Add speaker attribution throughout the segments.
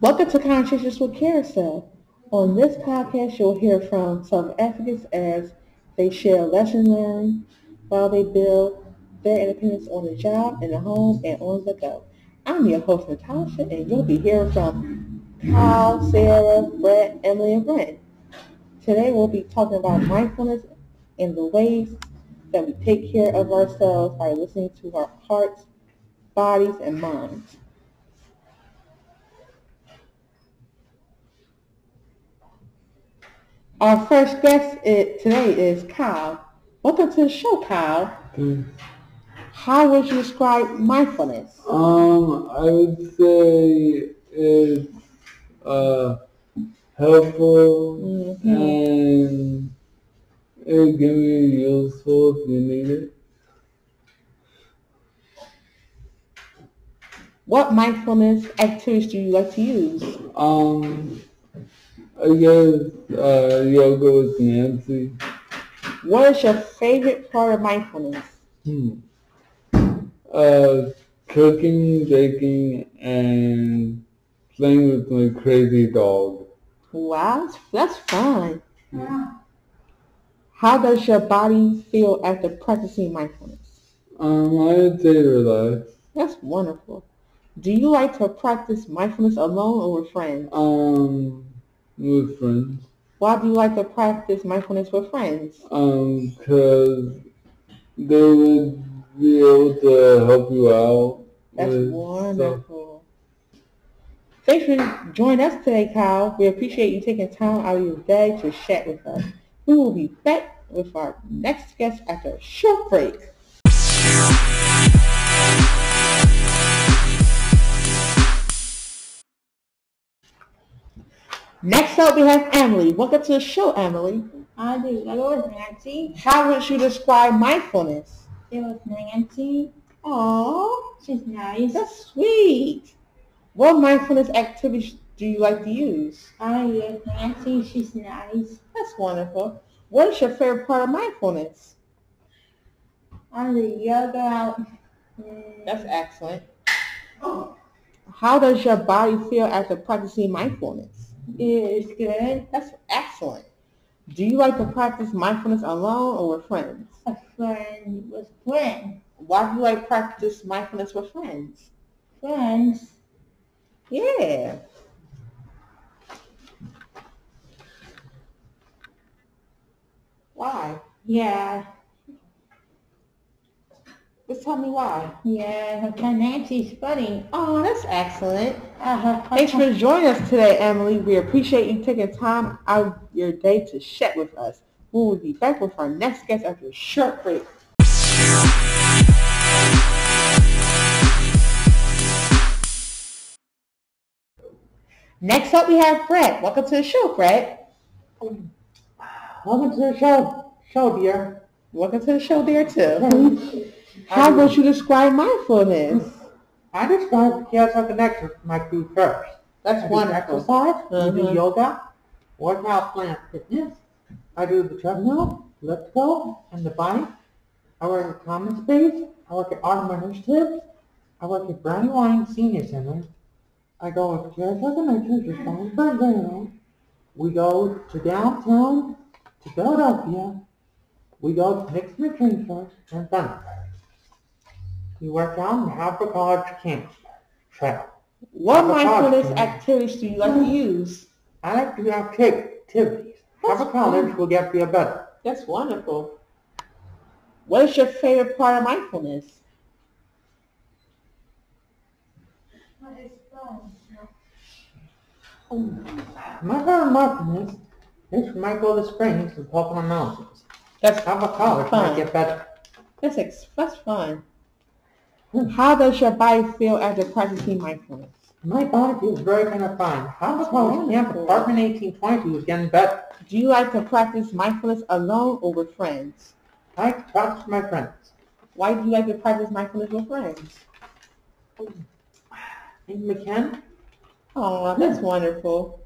Speaker 1: Welcome to Conversations with Carousel. On this podcast, you'll hear from some advocates as they share lessons learned while they build their independence on the job, in the home, and on the go. I'm your host, Natasha, and you'll be hearing from Kyle, Sarah, Brett, Emily, and Brent. Today, we'll be talking about mindfulness and the ways that we take care of ourselves by listening to our hearts, bodies, and minds. Our first guest i- today is Kyle. Welcome to the show, Kyle.
Speaker 2: Mm.
Speaker 1: How would you describe mindfulness?
Speaker 2: Um, I would say it's uh, helpful
Speaker 1: Mhm.
Speaker 2: and it can be useful if you need it.
Speaker 1: What mindfulness activities do you like to use?
Speaker 2: Um, I guess uh, yoga with Nancy.
Speaker 1: What is your favorite part of mindfulness?
Speaker 2: Hmm. Uh, cooking, baking, and playing with my crazy dog.
Speaker 1: Wow, that's- that's fun. How does your body feel after practicing mindfulness?
Speaker 2: Um, I would say relax.
Speaker 1: That's wonderful. Do you like to practice mindfulness alone or with friends?
Speaker 2: Um, with friends.
Speaker 1: Why do you like to practice mindfulness with friends?
Speaker 2: Um, 'cause they would be able to help you out.
Speaker 1: That's
Speaker 2: with stuff.
Speaker 1: wonderful. Thanks for joining us today, Kyle. We appreciate you taking time out of your day to chat with us. We will be back with our next guest after a short break. Next up, we have Emily. Welcome to the show, Emily.
Speaker 3: I do. I was Nancy.
Speaker 1: How would you describe mindfulness?
Speaker 3: It was Nancy.
Speaker 1: Aww.
Speaker 3: She's nice.
Speaker 1: That's sweet. What mindfulness activities do you like to use?
Speaker 3: I was Ah, Nancy. She's nice.
Speaker 1: That's wonderful. What is your favorite part of mindfulness?
Speaker 3: I do yoga out. Mm,
Speaker 1: That's excellent. How does your body feel after practicing mindfulness?
Speaker 3: it's good.
Speaker 1: That's excellent. Do you like to practice mindfulness alone or with friends?
Speaker 3: A friend was friend.
Speaker 1: Why do you like practice mindfulness with friends?
Speaker 3: Friends.
Speaker 1: Yeah. Why?
Speaker 3: Yeah.
Speaker 1: Just tell me why.
Speaker 3: Yeah. Okay, Nancy's funny.
Speaker 1: Oh, that's excellent.
Speaker 3: Uh,
Speaker 1: Thanks for joining us today, Emily. We appreciate you taking time out of your day to chat with us. We will be back with our next guest after a short break. Next up, we have Brett. Welcome to the show, Brett.
Speaker 3: Welcome to the show. Show dear.
Speaker 1: Welcome to the show there, too. How would you describe mindfulness?
Speaker 4: I describe Kyoto Connection with my crew first. I
Speaker 1: That's
Speaker 4: do
Speaker 1: wonderful.
Speaker 4: exercise, I
Speaker 1: Mhm.
Speaker 4: do yoga, work out plan fitness, I do the treadmill, elliptical, and the bike. I work at Common Space, I work at Autumn Initiatives, I work at Brandywine Senior Center. I go with Kyoto Connection to Stone Fairground. We go to downtown, to Philadelphia. We go to Nick's McLean Church and Dunbar. We work out in Harvard College campus. Travel.
Speaker 1: What
Speaker 4: I'm a college
Speaker 1: mindfulness
Speaker 4: student.
Speaker 1: activities do you like to use?
Speaker 4: I like to do activities.
Speaker 1: That's
Speaker 4: Have a college will get you better.
Speaker 1: That's wonderful. What is your favorite part of mindfulness?
Speaker 4: My favorite mindfulness is when I go to springs and walk on the mountains.
Speaker 1: That's
Speaker 4: Have a college
Speaker 1: Fun.
Speaker 4: might get better.
Speaker 1: that's ex- that's fun.
Speaker 4: Hmm.
Speaker 1: How does your body feel after practicing mindfulness?
Speaker 4: My body feels very kind of fine. Have a college camp
Speaker 1: Wonderful.
Speaker 4: apartment 1822 is getting better.
Speaker 1: Do you like to practice mindfulness alone or with friends?
Speaker 4: I like to talk to my friends.
Speaker 1: Why do you like to practice mindfulness with friends?
Speaker 4: And McKen,
Speaker 1: Oh, that's wonderful.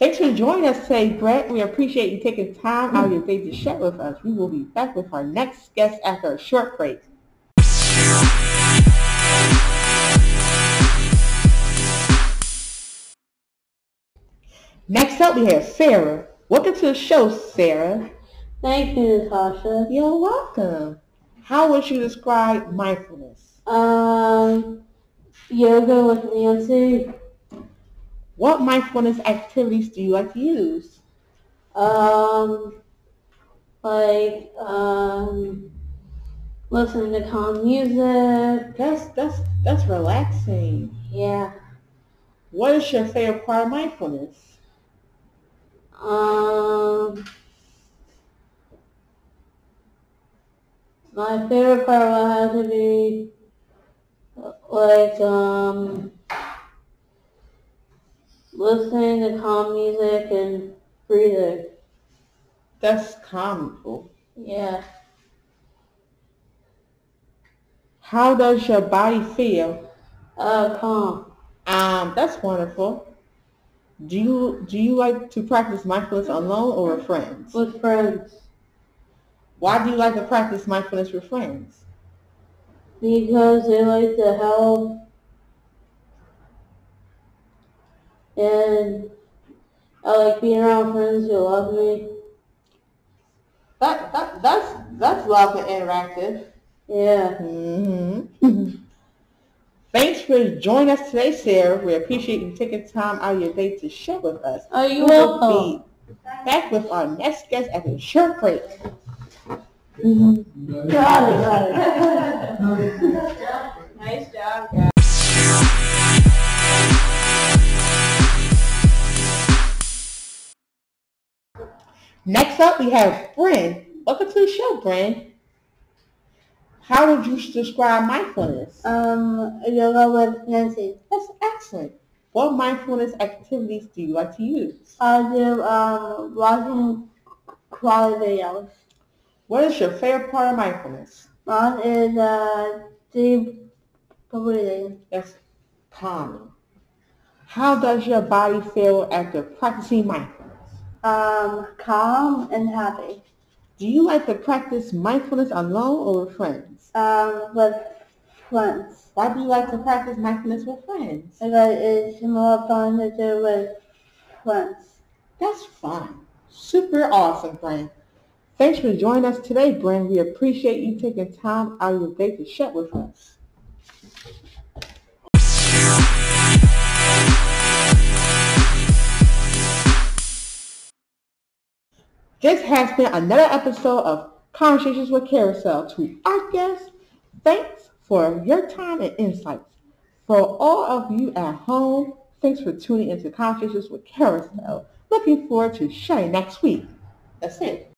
Speaker 1: Thanks for joining us today, Brett. We appreciate you taking time out of your day to chat with us. We will be back with our next guest after a short break. Next up, we have Sarah. Welcome to the show, Sarah.
Speaker 3: Thank you, Natasha.
Speaker 1: You're welcome. How would you describe mindfulness?
Speaker 3: Um, yoga with Nancy.
Speaker 1: What mindfulness activities do you like to use?
Speaker 3: Um, like um, listening to calm music.
Speaker 1: That's that's that's relaxing.
Speaker 3: Yeah.
Speaker 1: What is your favorite part of mindfulness?
Speaker 3: Um, my favorite part would have to be like um, listening to calm music and breathing.
Speaker 1: That's comical.
Speaker 3: Yeah.
Speaker 1: How does your body feel?
Speaker 3: Uh, calm.
Speaker 1: Um, that's wonderful. Do you do you like to practice mindfulness alone or with friends?
Speaker 3: With friends.
Speaker 1: Why do you like to practice mindfulness with friends?
Speaker 3: Because they like to help. And I like being around friends who love me.
Speaker 4: That, that, that's, that's love and interactive.
Speaker 3: Yeah.
Speaker 1: hmm Thanks for joining us today, Sarah. We appreciate you taking time out of your day to share with us.
Speaker 3: Are Oh, you
Speaker 1: We'll
Speaker 3: welcome?
Speaker 1: be back with our next guest after a short break.
Speaker 3: Got it, got it.
Speaker 4: Nice job,
Speaker 1: Next up, we have Bryn. Welcome to the show, Bryn. How would you describe mindfulness?
Speaker 3: Um, yoga with Nancy.
Speaker 1: That's excellent. What mindfulness activities do you like to use?
Speaker 3: I do, um, watching quality videos.
Speaker 1: What is your favorite part of mindfulness?
Speaker 3: Mine is, uh, deep breathing.
Speaker 1: That's calming. How does your body feel after practicing mindfulness?
Speaker 3: Um, calm and happy.
Speaker 1: Do you like to practice mindfulness alone or with friends?
Speaker 3: Um, with friends.
Speaker 1: Why do you like to practice mindfulness with friends?
Speaker 3: That is more fun to do with friends.
Speaker 1: That's fun. Super awesome, Brent. Thanks for joining us today, Brent. We appreciate you taking time out of your day to chat with us. This has been another episode of Conversations with Carousel. To our guests, thanks for your time and insights. For all of you at home, thanks for tuning into Conversations with Carousel. Looking forward to sharing next week. That's it.